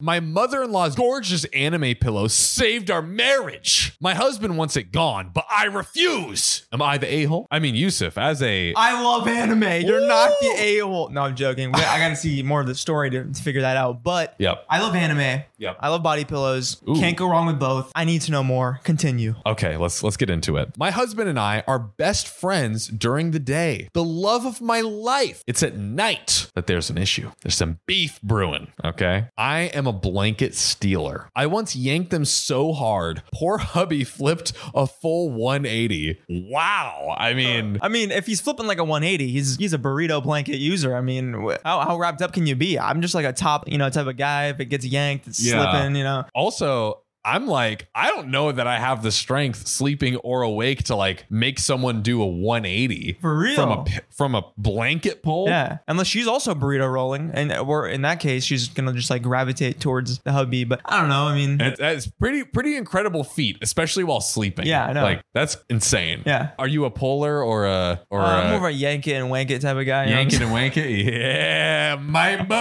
My mother in law's gorgeous anime pillow saved our marriage. My husband wants it gone, but I refuse. Am I the a hole? I mean, Yusuf, as a. I love anime. You're not the Woo! a hole. No, I'm joking. Wait, I gotta see more of the story to, to figure that out. But Yep. I love anime. Yep. I love body pillows. Ooh. Can't go wrong with both. I need to know more. Continue. Okay, let's let's get into it. My husband and I are best friends during the day. The love of my life. It's at night that there's an issue. There's some beef brewing, okay? I am a blanket stealer. I once yanked them so hard, poor hubby flipped a full 180. Wow. I mean, I mean, if he's flipping like a 180, he's he's a burrito blanket user. I mean, wh- how, how wrapped up can you be? I'm just like a top, you know, type of guy. If it gets yanked, it's Yeah. slipping, you know. also I'm like, I don't know that I have the strength sleeping or awake to like make someone do a 180 For real. from a from a blanket pole. Yeah, unless she's also burrito rolling, and we're in that case, she's gonna just like gravitate towards the hubby. But I don't know. I mean, That- That's pretty pretty incredible feat, especially while sleeping. Yeah, I know. Like that's insane. Yeah. Are you a puller or a or uh, I'm a, more of a yank it and wank it type of guy. you know? yank it and wank it? Yeah, my boy.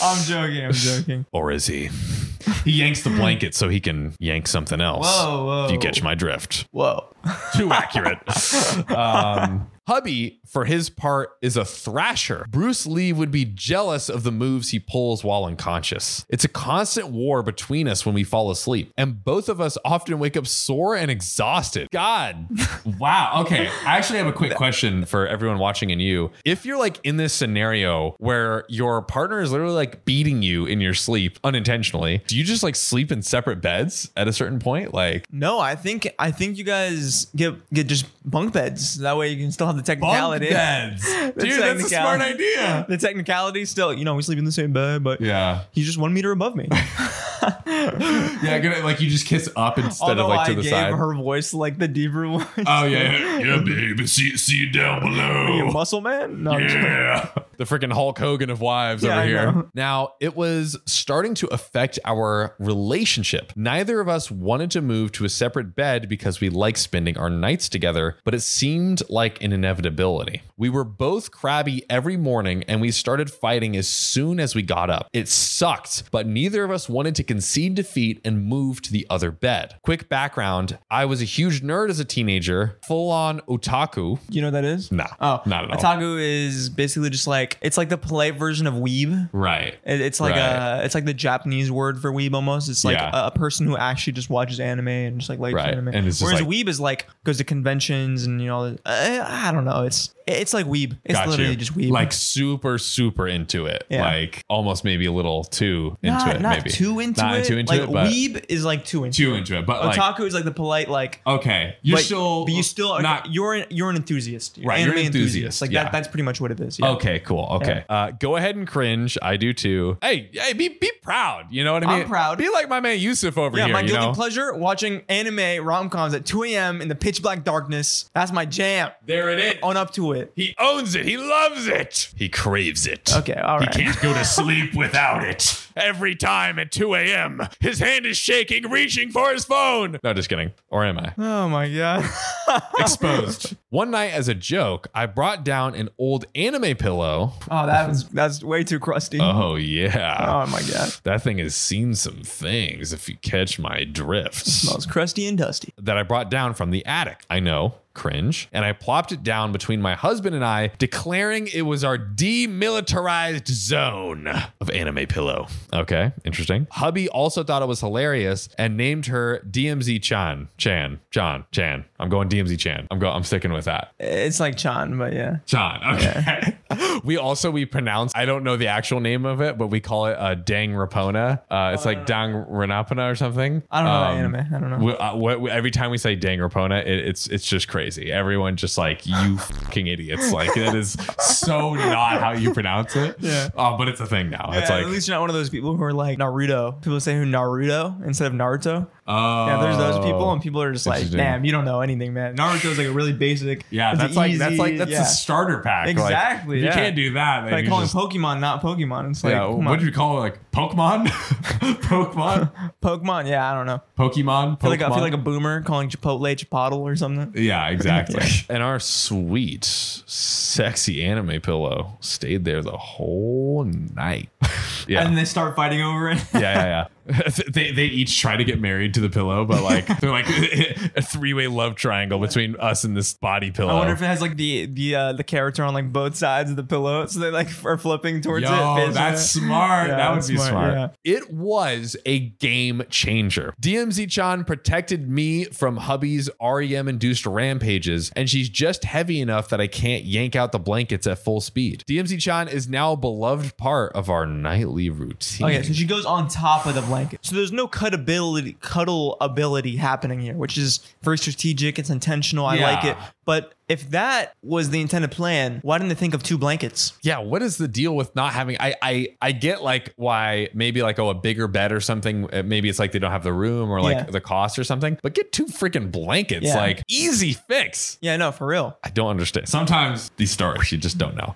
I'm joking. I'm joking. or is he? He yanks the blanket so he can yank something else. Whoa, whoa. If you catch my drift. Whoa. Too accurate. um, Hubby, for his part, is a thrasher. Bruce Lee would be jealous of the moves he pulls while unconscious. It's a constant war between us when we fall asleep, and both of us often wake up sore and exhausted. God. Wow. Okay. I actually have a quick question for everyone watching and you. If you're like in this scenario where your partner is literally like beating you in your sleep unintentionally, do you just like sleep in separate beds at a certain point? Like, No, I think I think you guys get get just bunk beds. That way you can still have the technicality. beds. Dude, that's a smart technicality. idea. The technicality still, you know, we sleep in the same bed, but Yeah. he's just one meter above me. Yeah, gonna, like you just kiss up instead Although of like to I the gave side. her voice like the deeper voice. oh yeah, yeah, yeah, baby. See, see you down you below. muscle man? No, I'm just- Yeah. The freaking Hulk Hogan of wives Yeah, over I here. know. Now, it was starting to affect our relationship. Neither of us wanted to move to a separate bed because we like spending our nights together, but it seemed like an inevitability. We were both crabby every morning and we started fighting as soon as we got up. It sucked, but neither of us wanted to concede defeat and move to the other bed. Quick background I was a huge nerd as a teenager, full on otaku. you know what that is? Nah, Oh, not at all. Otaku is basically just like it's like the polite version of weeb. right. It- It's like Right. a, it's like the Japanese word for weeb almost. It's like Yeah. a, a person who actually just watches anime and just like likes Right. anime. And it's just Whereas like- weeb is like goes to conventions and you know, uh, I don't know. It's it's like weeb. It's Got literally you. just weeb. Like super, super into it. Yeah. Like almost maybe a little too into not, it. not maybe too into Not it. too into like it, but weeb is like too into. too into it. But it. like, Otaku is like the polite like. okay, you're but- still, but you still are, not. you're an, you're an enthusiast. You're Right, you're an anime enthusiast, Like yeah. Oh, that. That's pretty much what it is. yeah. Okay, cool. Okay, uh, go ahead and cringe. I do too. Hey, hey, be be proud. You know what I I'm mean? proud. Be like my man Yusuf over Yeah, here. my you guilty know? pleasure watching anime rom coms at 2 a.m. in the pitch black darkness. That's my jam. there it is. On up to it. He owns it. He loves it. He craves it. Okay, all right. He can't go to sleep without it. Every time at 2 a.m., his hand is shaking, reaching for his phone. No, just kidding. Or am I? Oh my god. Exposed. One night, as a joke, I brought down an old anime pillow. Oh, that was that's way too crusty. Oh, yeah. Oh my god. That thing has seen some things, if you catch my drift. Smells crusty and dusty. that I brought down from the attic. I know, cringe. And I plopped it down between my husband and I, declaring it was our demilitarized zone of anime pillow. Okay, interesting. Hubby also thought it was hilarious and named her DMZ Chan. Chan. Chan. Chan. I'm going DMZ Chan. I'm going I'm sticking with that. It's like Chan, but yeah. Chan. Okay. we also we pronounce I don't know the actual name of it, but we call it uh, Dang Rapona. Uh, it's like Dang Ranapana or something. I don't know that Um, anime. I don't know. we, uh, what, we- every time we say dang Rapona, it, it's it's just crazy. Everyone just like you fucking idiots. Like that is so not how you pronounce it. Yeah. Uh, but it's a thing now. it's Yeah, like at least you're not one of those people who are like Naruto. People say who Naruto instead of Naruto. oh, Yeah, there's those people, and people are just like, Interesting. "Damn, you don't know anything, man." Naruto's like a really basic. Yeah, it's that's like that's easy- like that's yeah. the starter pack. Like, Exactly, if yeah. You can't do that. Then like you calling just, Pokemon not Pokemon. It's like yeah, come what on. did you call it? Like Pokemon, Pokemon, Pokemon. Yeah, I don't know. Pokemon, I feel, like, I Pokemon? feel like a boomer calling Chipotle Chipotle or something. Yeah, exactly. and our sweet, sexy anime pillow stayed there the whole night. Yeah. and they start fighting over it. yeah, yeah, yeah. they they each try to get married to the pillow, but like they're like a three way love triangle between us and this body pillow. I wonder if it has like the the uh, the character on like both sides of the pillow, so they like are flipping towards Yo, it. that's smart. Yeah, that would that's be smart. smart, It was a game changer. DMZ Chan protected me from hubby's REM induced rampages, and she's just heavy enough that I can't yank out the blankets at full speed. DMZ Chan is now a beloved part of our nightly routine. Okay, so she goes on top of the blanket. So there's no cutability, cuddle ability happening here, which is very strategic. It's intentional. I like Yeah. it. But if that was the intended plan, why didn't they think of two blankets? yeah, what is the deal with not having? I I I get like why maybe like oh a bigger bed or something. uh, Maybe it's like they don't have the room or like Yeah. the cost or something. But get two freaking blankets, Yeah. like easy fix. Yeah, no, for real. I don't understand. Sometimes these stories, you just don't know.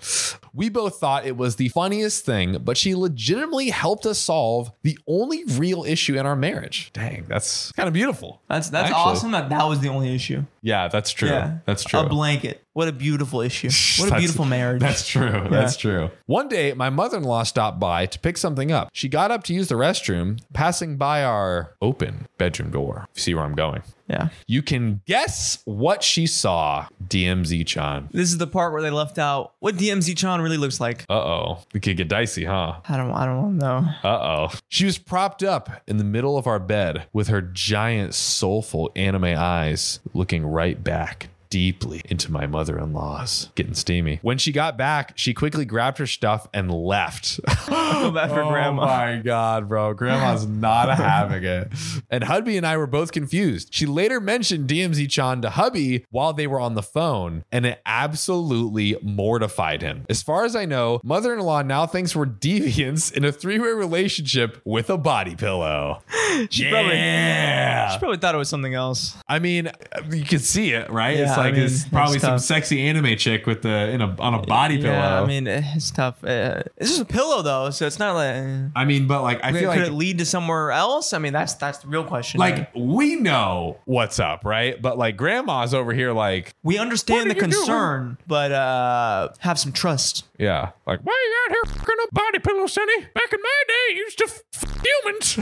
We both thought it was the funniest thing, but she legitimately helped us solve the only real issue in our marriage. Dang, that's kind of beautiful. That's that's Actually. awesome. That that was the only issue. Yeah, that's true. Yeah. That's true. A blanket. What a beautiful issue. What a That's- beautiful marriage. That's true. That's true. One day, my mother in law stopped by to pick something up. She got up to use the restroom, passing by our open bedroom door. You see where I'm going. yeah. You can guess what she saw, DMZ Chan. This is the part where they left out what DMZ Chan really looks like. Uh oh. It could get dicey, huh? I don't I don't know. Uh oh. She was propped up in the middle of our bed with her giant, soulful anime eyes looking right back. Deeply into my mother in law's, getting steamy. When she got back, she quickly grabbed her stuff and left. Feel bad for grandma. Oh my god, bro. Grandma's not having it. And Hubby and I were both confused. She later mentioned DMZ Chan to Hubby while they were on the phone, and it absolutely mortified him. As far as I know, mother-in-law now thinks we're deviants in a three-way relationship with a body pillow. She yeah. She probably thought it was something else. I mean, you can see it, right? Yeah, it's I like mean, it's it's probably some tough. sexy anime chick with the in a on a body pillow. Yeah, I mean, eh, it's tough. Uh, it's just a pillow though, so it's not like. eh. I mean, but like I Could feel like it lead to somewhere else? I mean, that's that's the real question. like we know what's up, right? But like grandma's over here, like, we understand the What are you concern, but uh, have some trust. yeah, like, why are you out here fucking up body pillow, Sonny? Back in my day, you used to f- humans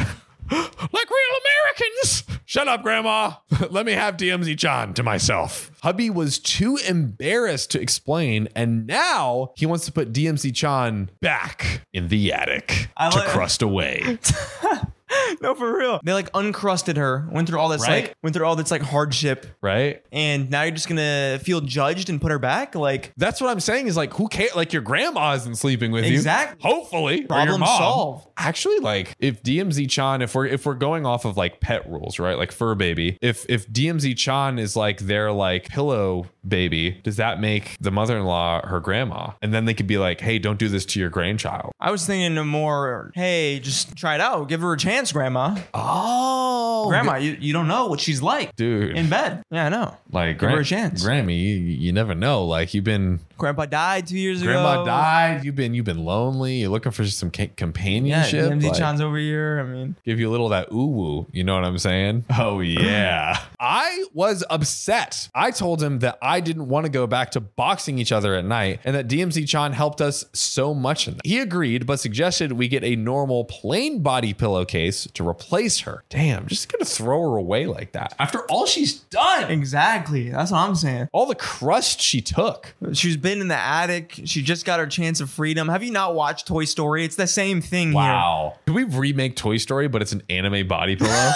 like real Americans. Shut up, grandma. Let me have DMZ John to myself. Hubby was too embarrassed to explain, and now he wants to put DMZ Chan back in the attic I to like- crust away. No, for real. They like uncrusted her, went through all this Right? like went through all this like hardship, right? and now you're just gonna feel judged and put her back. Like That's what I'm saying is like, who cares? Like, your grandma isn't sleeping with you. Exactly. Hopefully. or your problem mom. solved. Actually, like if DMZ Chan, if we're if we're going off of like pet rules, right? Like fur baby, if if DMZ Chan is like their like pillow baby, does that make the mother-in-law her grandma? And then they could be like, hey, don't do this to your grandchild. I was thinking a more, hey, just try it out, give her a chance, grandma. Oh grandma, you, you don't know what she's like dude. in bed. Yeah, I know. like give her gran- a chance. Grammy, you, you never know. Like you've been Grandpa died two years grandma ago. died, you've been you've been lonely, you're looking for some ca- Yeah, companionship. DMZ like- Chan's over here. I mean, give you a little of that ooh woo. You know what I'm saying? Oh yeah. I was upset. I told him that I didn't want to go back to boxing each other at night, and that DMC Chan helped us so much in that. He agreed, but suggested we get a normal plain body pillowcase to replace her. Damn, just gonna throw her away like that after all she's done. exactly. That's what I'm saying. All the crust she took. She's been in the attic. She just got her chance of freedom. Have you not watched Toy Story? It's the same thing Can we remake Toy Story, but it's an anime body pillow?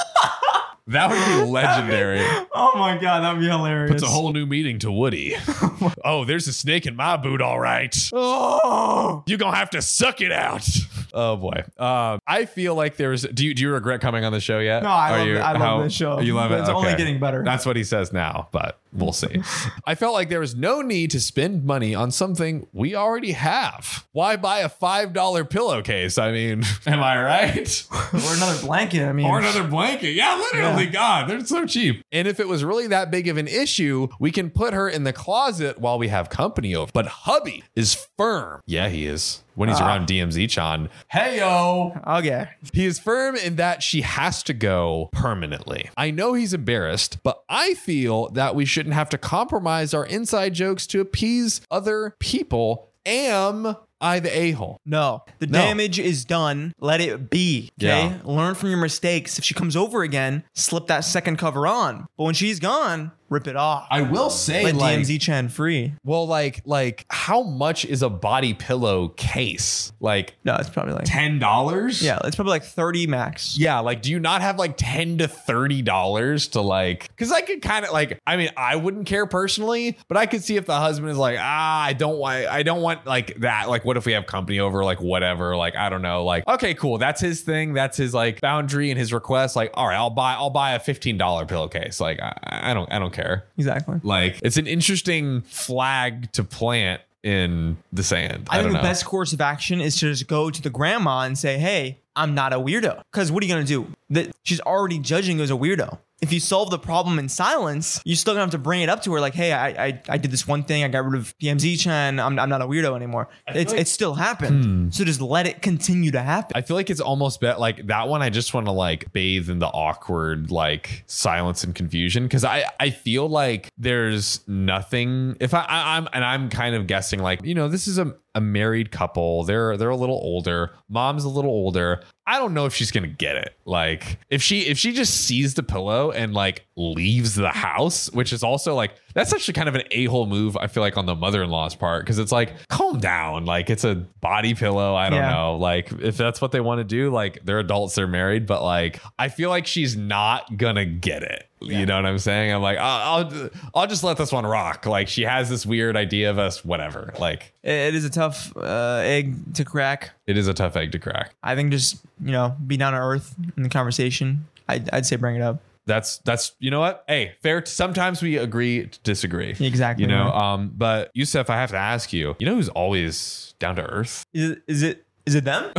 that would be legendary. here. Oh my god, that'd be hilarious. It's a whole new meaning to Woody. oh, there's a snake in my boot, all right. Oh, You're gonna have to suck it out. Oh boy. Um, I feel like there's do you do you regret coming on the show yet? No, I Are love it. I love this show. You love it. It's only getting better. That's what he says now, but we'll see. I felt like there was no need to spend money on something we already have. Why buy a five dollar pillowcase? I mean, am I right? or another blanket. I mean, or another blanket. Yeah, literally, God, they're so cheap. And if it was really that big of an issue, we can put her in the closet while we have company over. But hubby is firm. Yeah, he is. When he's around DMZ Chan, hey yo, okay. he is firm in that she has to go permanently. I know he's embarrassed, but I feel that we shouldn't have to compromise our inside jokes to appease other people. Am I the a hole. No, the No. damage is done. Let it be. Okay, Yeah. learn from your mistakes. If she comes over again, slip that second cover on. But when she's gone, rip it off. I will say, Let like, DMZ Chen free. well, like, like, how much is a body pillow case? Like No, it's probably like ten dollars? yeah, it's probably like thirty max. Yeah, like, do you not have like ten to thirty dollars to like? Because I could kind of like, I mean, I wouldn't care personally, but I could see if the husband is like, ah, I don't want, I don't want like that. Like, what if we have company over? Like, whatever. Like, I don't know. Like, okay, cool. That's his thing. That's his like boundary and his request. Like, all right, I'll buy, I'll buy a fifteen dollar pillowcase. Like, I, I don't, I don't care. exactly. Like, it's an interesting flag to plant in the sand. I, I, think don't the know. best course of action is to just go to the grandma and say, "Hey, I'm not a weirdo." Because what are you gonna do? That she's already judging you as a weirdo. If you solve the problem in silence, you still gonna have to bring it up to her, like, "Hey, I I, I did this one thing. I got rid of PMZ Chen. I'm, I'm not a weirdo anymore." It's like- it still happened. Hmm. So just let it continue to happen. I feel like it's almost bet like that one. I just want to like bathe in the awkward like silence and confusion because I I feel like there's nothing. If I, I I'm and I'm kind of guessing like you know this is a a married couple. They're they're a little older. Mom's a little older. I don't know if she's gonna get it. Like if she if she just sees the pillow and like leaves the house, which is also like that's actually kind of an a hole move. I feel like on the mother in law's part because it's like calm down. Like it's a body pillow. I don't Yeah. know know, like if that's what they want to do like they're adults they're married but like i feel like she's not gonna get it Yeah. you know what i'm saying i'm like I'll, I'll i'll just let this one rock like she has this weird idea of us whatever like It- it is a tough uh, egg to crack. it is a tough egg to crack I think just you know be down to earth in the conversation. I'd, I'd say bring it up. that's that's you know what hey fair sometimes we agree to disagree Exactly. you know right. um but yusuf i have to ask you you know who's always down to earth is, it- is it is it them?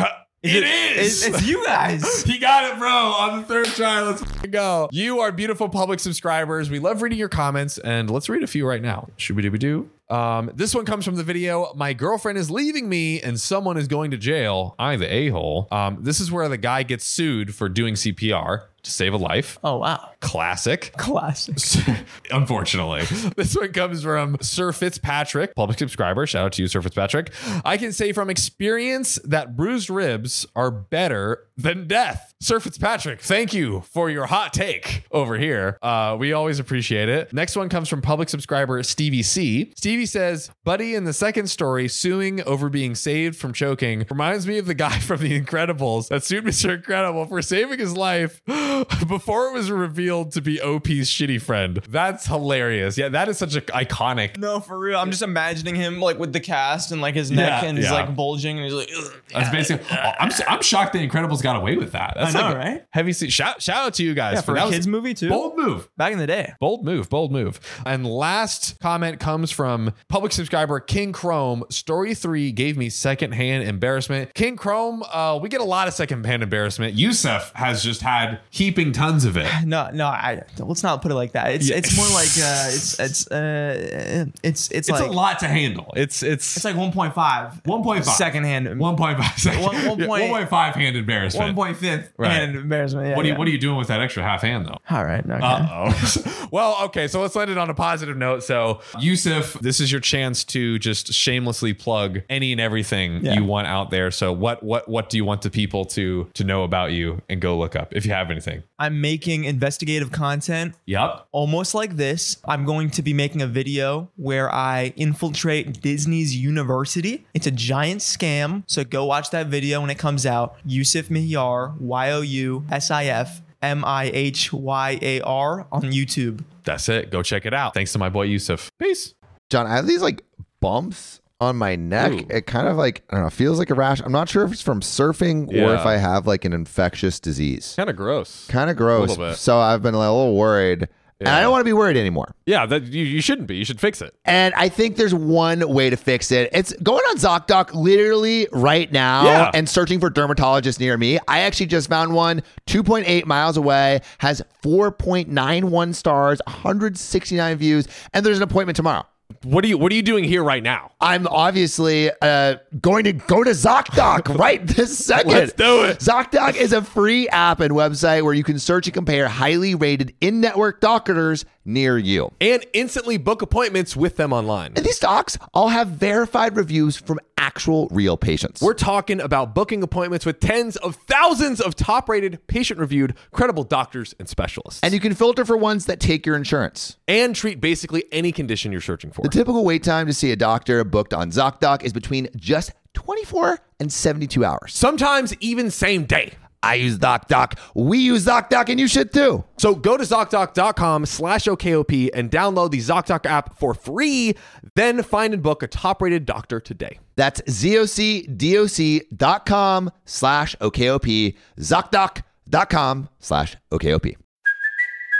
It is. It's, it's you guys. He got it, bro. On the third try, let's f***ing go. You are beautiful public subscribers. We love reading your comments, and let's read a few right now. Should we do we do? Um, this one comes from the video. My girlfriend is leaving me, and someone is going to jail. I, the a hole. Um, this is where the guy gets sued for doing CPR to save a life. Oh wow, Classic. classic. Unfortunately, this one comes from Sir Fitzpatrick, public subscriber. Shout out to you, Sir Fitzpatrick. I can say from experience that bruised ribs are better than death. Sir Fitzpatrick, thank you for your hot take over here. Uh, we always appreciate it. Next one comes from public subscriber Stevie C. Stevie says, Buddy in the second story suing over being saved from choking reminds me of the guy from The Incredibles that sued Mr. Incredible for saving his life before it was revealed to be OP's shitty friend. That's hilarious. Yeah, that is such an iconic. No, for real. I'm just imagining him like with the cast and like his neck Yeah, and he's yeah. like bulging and he's like. "Ugh, That's yeah." basically. I'm I'm shocked the Incredibles got away with that. That's I know, like a right? Heavy se- shout shout out to you guys Yeah, for that a was kids movie too. bold move. Back in the day. Bold move, bold move. And last comment comes from public subscriber King Chrome. Story three gave me secondhand embarrassment. King Chrome, uh, we get a lot of secondhand embarrassment. Yusef has just had heaping tons of it. No, no, I let's not put it like that. It's Yeah. it's more like uh, it's it's uh, it's it's like lot to handle. It's it's it's like 1.5 1.5. secondhand 1.5 second. One- one point- yeah, 1.5 hand embarrassment. 1.5 Right. and embarrassment. Yeah, what are you yeah. what are you doing with that extra half hand though? All right. Okay. Uh oh. well, okay. So let's end it on a positive note. So, Yusuf, this is your chance to just shamelessly plug any and everything Yeah. you want out there. So, what what what do you want the people to to know about you and go look up if you have anything? I'm making investigative content Yep. almost like this. I'm going to be making a video where I infiltrate Disney's university. It's a giant scam. So go watch that video when it comes out. Yusuf Mihyar, Y O U S I F M I H Y A R on YouTube. That's it. Go check it out. Thanks to my boy Yusuf. Peace. John, I have these like bumps on my neck. Ooh. It kind of like I don't know, feels like a rash. I'm not sure if it's from surfing or Yeah. if I have like an infectious disease. Kind of gross. Kind of gross. Little bit. So I've been a little worried. And I Yeah. don't want to be worried anymore. Yeah, that you, you shouldn't be. You should fix it. And I think there's one way to fix it. It's going on ZocDoc literally right now Yeah. and searching for dermatologists near me. I actually just found one 2.8 miles away, has 4.91 stars, 169 views, and there's an appointment tomorrow. What are you what are you doing here right now? I'm obviously uh, going to go to ZocDoc right this second. Let's do it. ZocDoc is a free app and website where you can search and compare highly rated in network doctors near you. and instantly book appointments with them online. And these docs all have verified reviews from actual real patients. We're talking about booking appointments with tens of thousands of top rated, patient reviewed, credible doctors and specialists. and you can filter for ones that take your insurance. and treat basically any condition you're searching for. The typical wait time to see a doctor booked on ZocDoc is between just 24 and 72 hours. Sometimes even same day. I use ZocDoc. We use ZocDoc, and you should too. So go to ZocDoc.com slash OKOP and download the ZocDoc app for free. Then find and book a top rated doctor today. That's zocdoc.com slash OKOP, ZocDoc.com slash OKOP.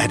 At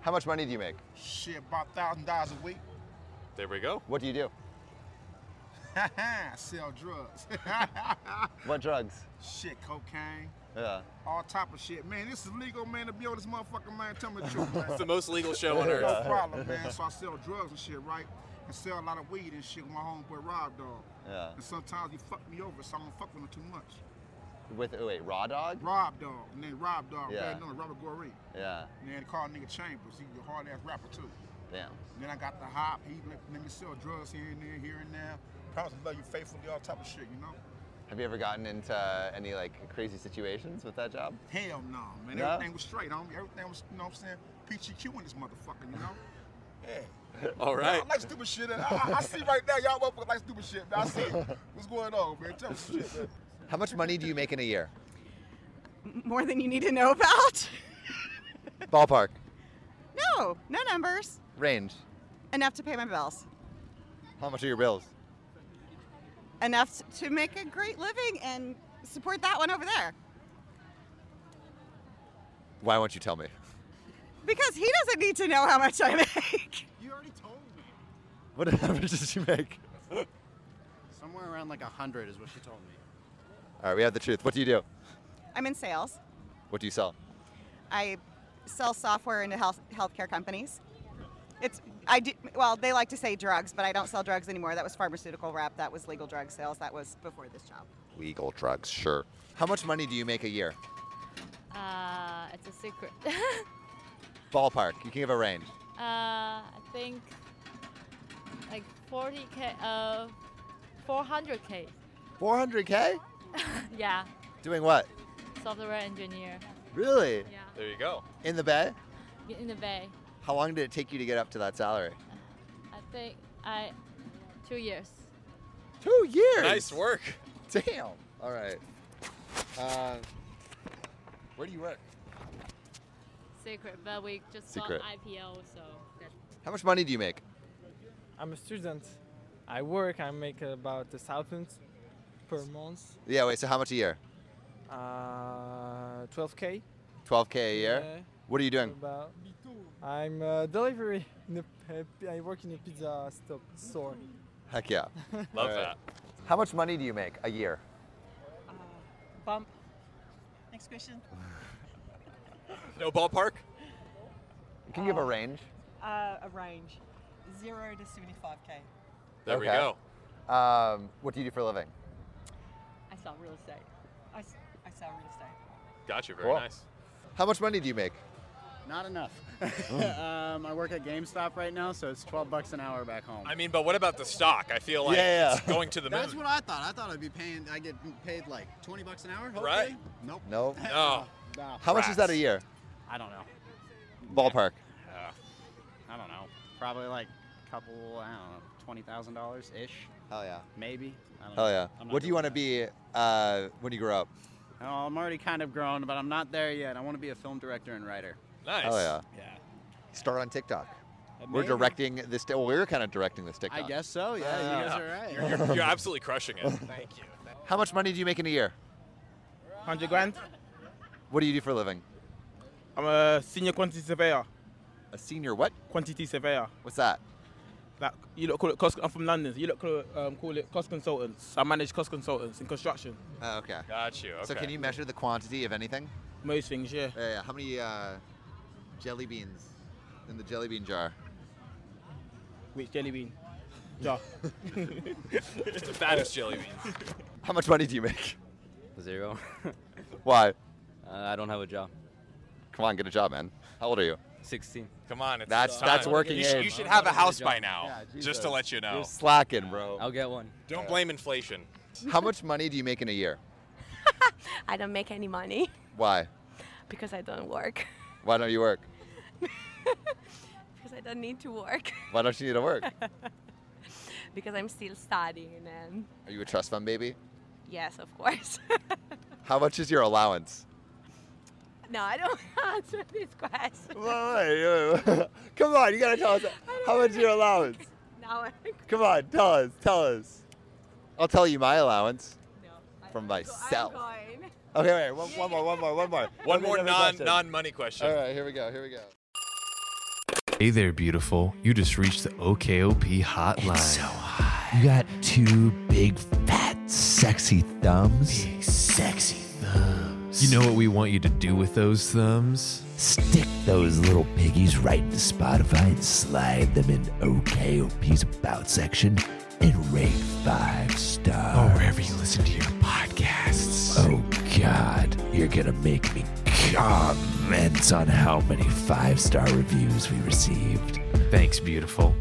How much money do you make? Shit, about thousand dollars a week. There we go. What do you do? I sell drugs. What drugs? shit, cocaine, Yeah. all type of shit. Man, this is legal, man, to be on this motherfucker, man. Tell me the truth, man. The most legal show on no earth. problem, man. So I sell drugs and shit, right? And sell a lot of weed and shit with my homeboy Rob Dog. Yeah. And sometimes he fuck me over, so I don't fuck with him too much. With, oh, wait, Raw Dog? Rob Dog, and then Rob Dog, Yeah. bad known as Robert Goree. Yeah. And then they call nigga Chambers. He a hard ass rapper too. Damn. Then I got the hop. He let, let me sell drugs here and there, here and there. Promise to love you faithfully, all type of shit, you know? Have you ever gotten into any like crazy situations with that job? Hell no, man. No? Everything was straight, homie. Everything was, you know what I'm saying? Peachy Q in this motherfucker, you know? Yeah. All right. I like stupid shit. and I, I, I see right now y'all motherfuckers like stupid shit. I see it. what's going on, man. Tell me some shit, man. How much money do you make in a year? More than you need to know about? Ballpark. No, no numbers. Range. Enough to pay my bills. How much are your bills? Enough to make a great living and support that one over there. Why won't you tell me? Because he doesn't need to know how much I make. You already told me. What average did you make? Somewhere around like 100 is what she told me. All right, we have the truth. What do you do? I'm in sales. What do you sell? I sell software into health healthcare companies. It's I do well. They like to say drugs, but I don't sell drugs anymore. That was pharmaceutical rep. That was legal drug sales. That was before this job. Legal drugs, sure. How much money do you make a year? Uh, it's a secret. Ballpark. You can give a range. uh, I think like 40k, uh, 400k. 400K? Yeah, Doing what? software engineer. Really? Yeah, There you go. In the Bay? in the Bay. How long did it take you to get up to that salary? I think I two years. Two years. work. Damn. All right. Uh, where do you work? Secret, but we just Secret. got IPO, so that How much money do you make? I'm a student. I work. I make about a thousand per month. Yeah, wait, so how much a year? Uh, 12k. 12K a year? Yeah. What are you doing? About. I'm uh, delivery. In a, I work in a pizza stop store. Heck yeah. Love that. How much money do you make a year? Bump. Next question. No ballpark? You can give a range. Uh, a range. Zero to 75K. There we Okay. go. Um, what do you do for a living? I sell real estate. I, s- I sell real estate. Got you. Very Cool. nice. How much money do you make? Not enough. um, I work at GameStop right now, so it's 12 bucks an hour back home. mean, but what about the stock? I feel like Yeah, yeah. it's going to the That's what I thought. I thought I'd be paying. I get paid like 20 bucks an hour. Hopefully. Right. Nope. No. No. no. How much is that a year? I don't know. Ballpark. I don't know. Probably like a couple, I don't know, twenty thousand dollars ish. Hell yeah. Maybe. I don't Hell know. yeah. I'm not What do you want to be uh, when you grow up? Oh, I'm already kind of grown, but I'm not there yet. I want to be a film director and writer. Oh, Hell yeah. Yeah. Start on TikTok. We're Maybe. directing this. Well, we're kind of directing this TikTok. I guess so. Yeah, Yeah. you guys are right. You're- you're- you're absolutely crushing it. Thank you. How much money do you make in a year? 100 grand. What do you do for a living? I'm a senior quantity surveyor. A senior what? Quantity surveyor. What's that? Like you look call it cost. I'm from London. You look call it, um, call it cost consultants. I manage cost consultants in construction. Oh, okay. Got you. So okay. can you measure the quantity of anything? Most things, yeah. Yeah. yeah. How many uh, jelly beans in the jelly bean jar? Which jelly bean? Jar. It's the fattest jelly beans. How much money do you make? Zero. Why? Uh, I don't have a job. Come on, get a job, man. How old are you? 16. Come on, it's That's- time. that's working You, sh- age. you should have a house by Yeah, now, just Jesus. to let you know. You're slacking, bro. I'll get one. Don't blame inflation. How much money do you make in a year? I don't make any money Why? because I don't work. Why don't you work? Because I don't need to work. Why don't you need to work? because I'm still studying and Are you a trust fund baby? yes, of course. How much is your allowance? no, I don't answer this question. Oh, wait, wait. Come on, you gotta tell us. How much is your allowance? Now I Come on, tell us, tell us. I'll tell you my allowance. From myself. Okay, wait, one, one more, one more, one more. One more non non non. money question. All right, here we go, here we go. Hey there, beautiful. You just reached the OKOP hotline. so hot. You got two big, fat, sexy thumbs. Big, sexy thumbs. You know what we want you to do with those thumbs? Stick Those little piggies right into Spotify and slide them in OKOP's About section and rate five stars. Oh, Or wherever you listen to your podcasts. Oh, God. You're going to make me comment on how many five star reviews we received. Thanks, beautiful.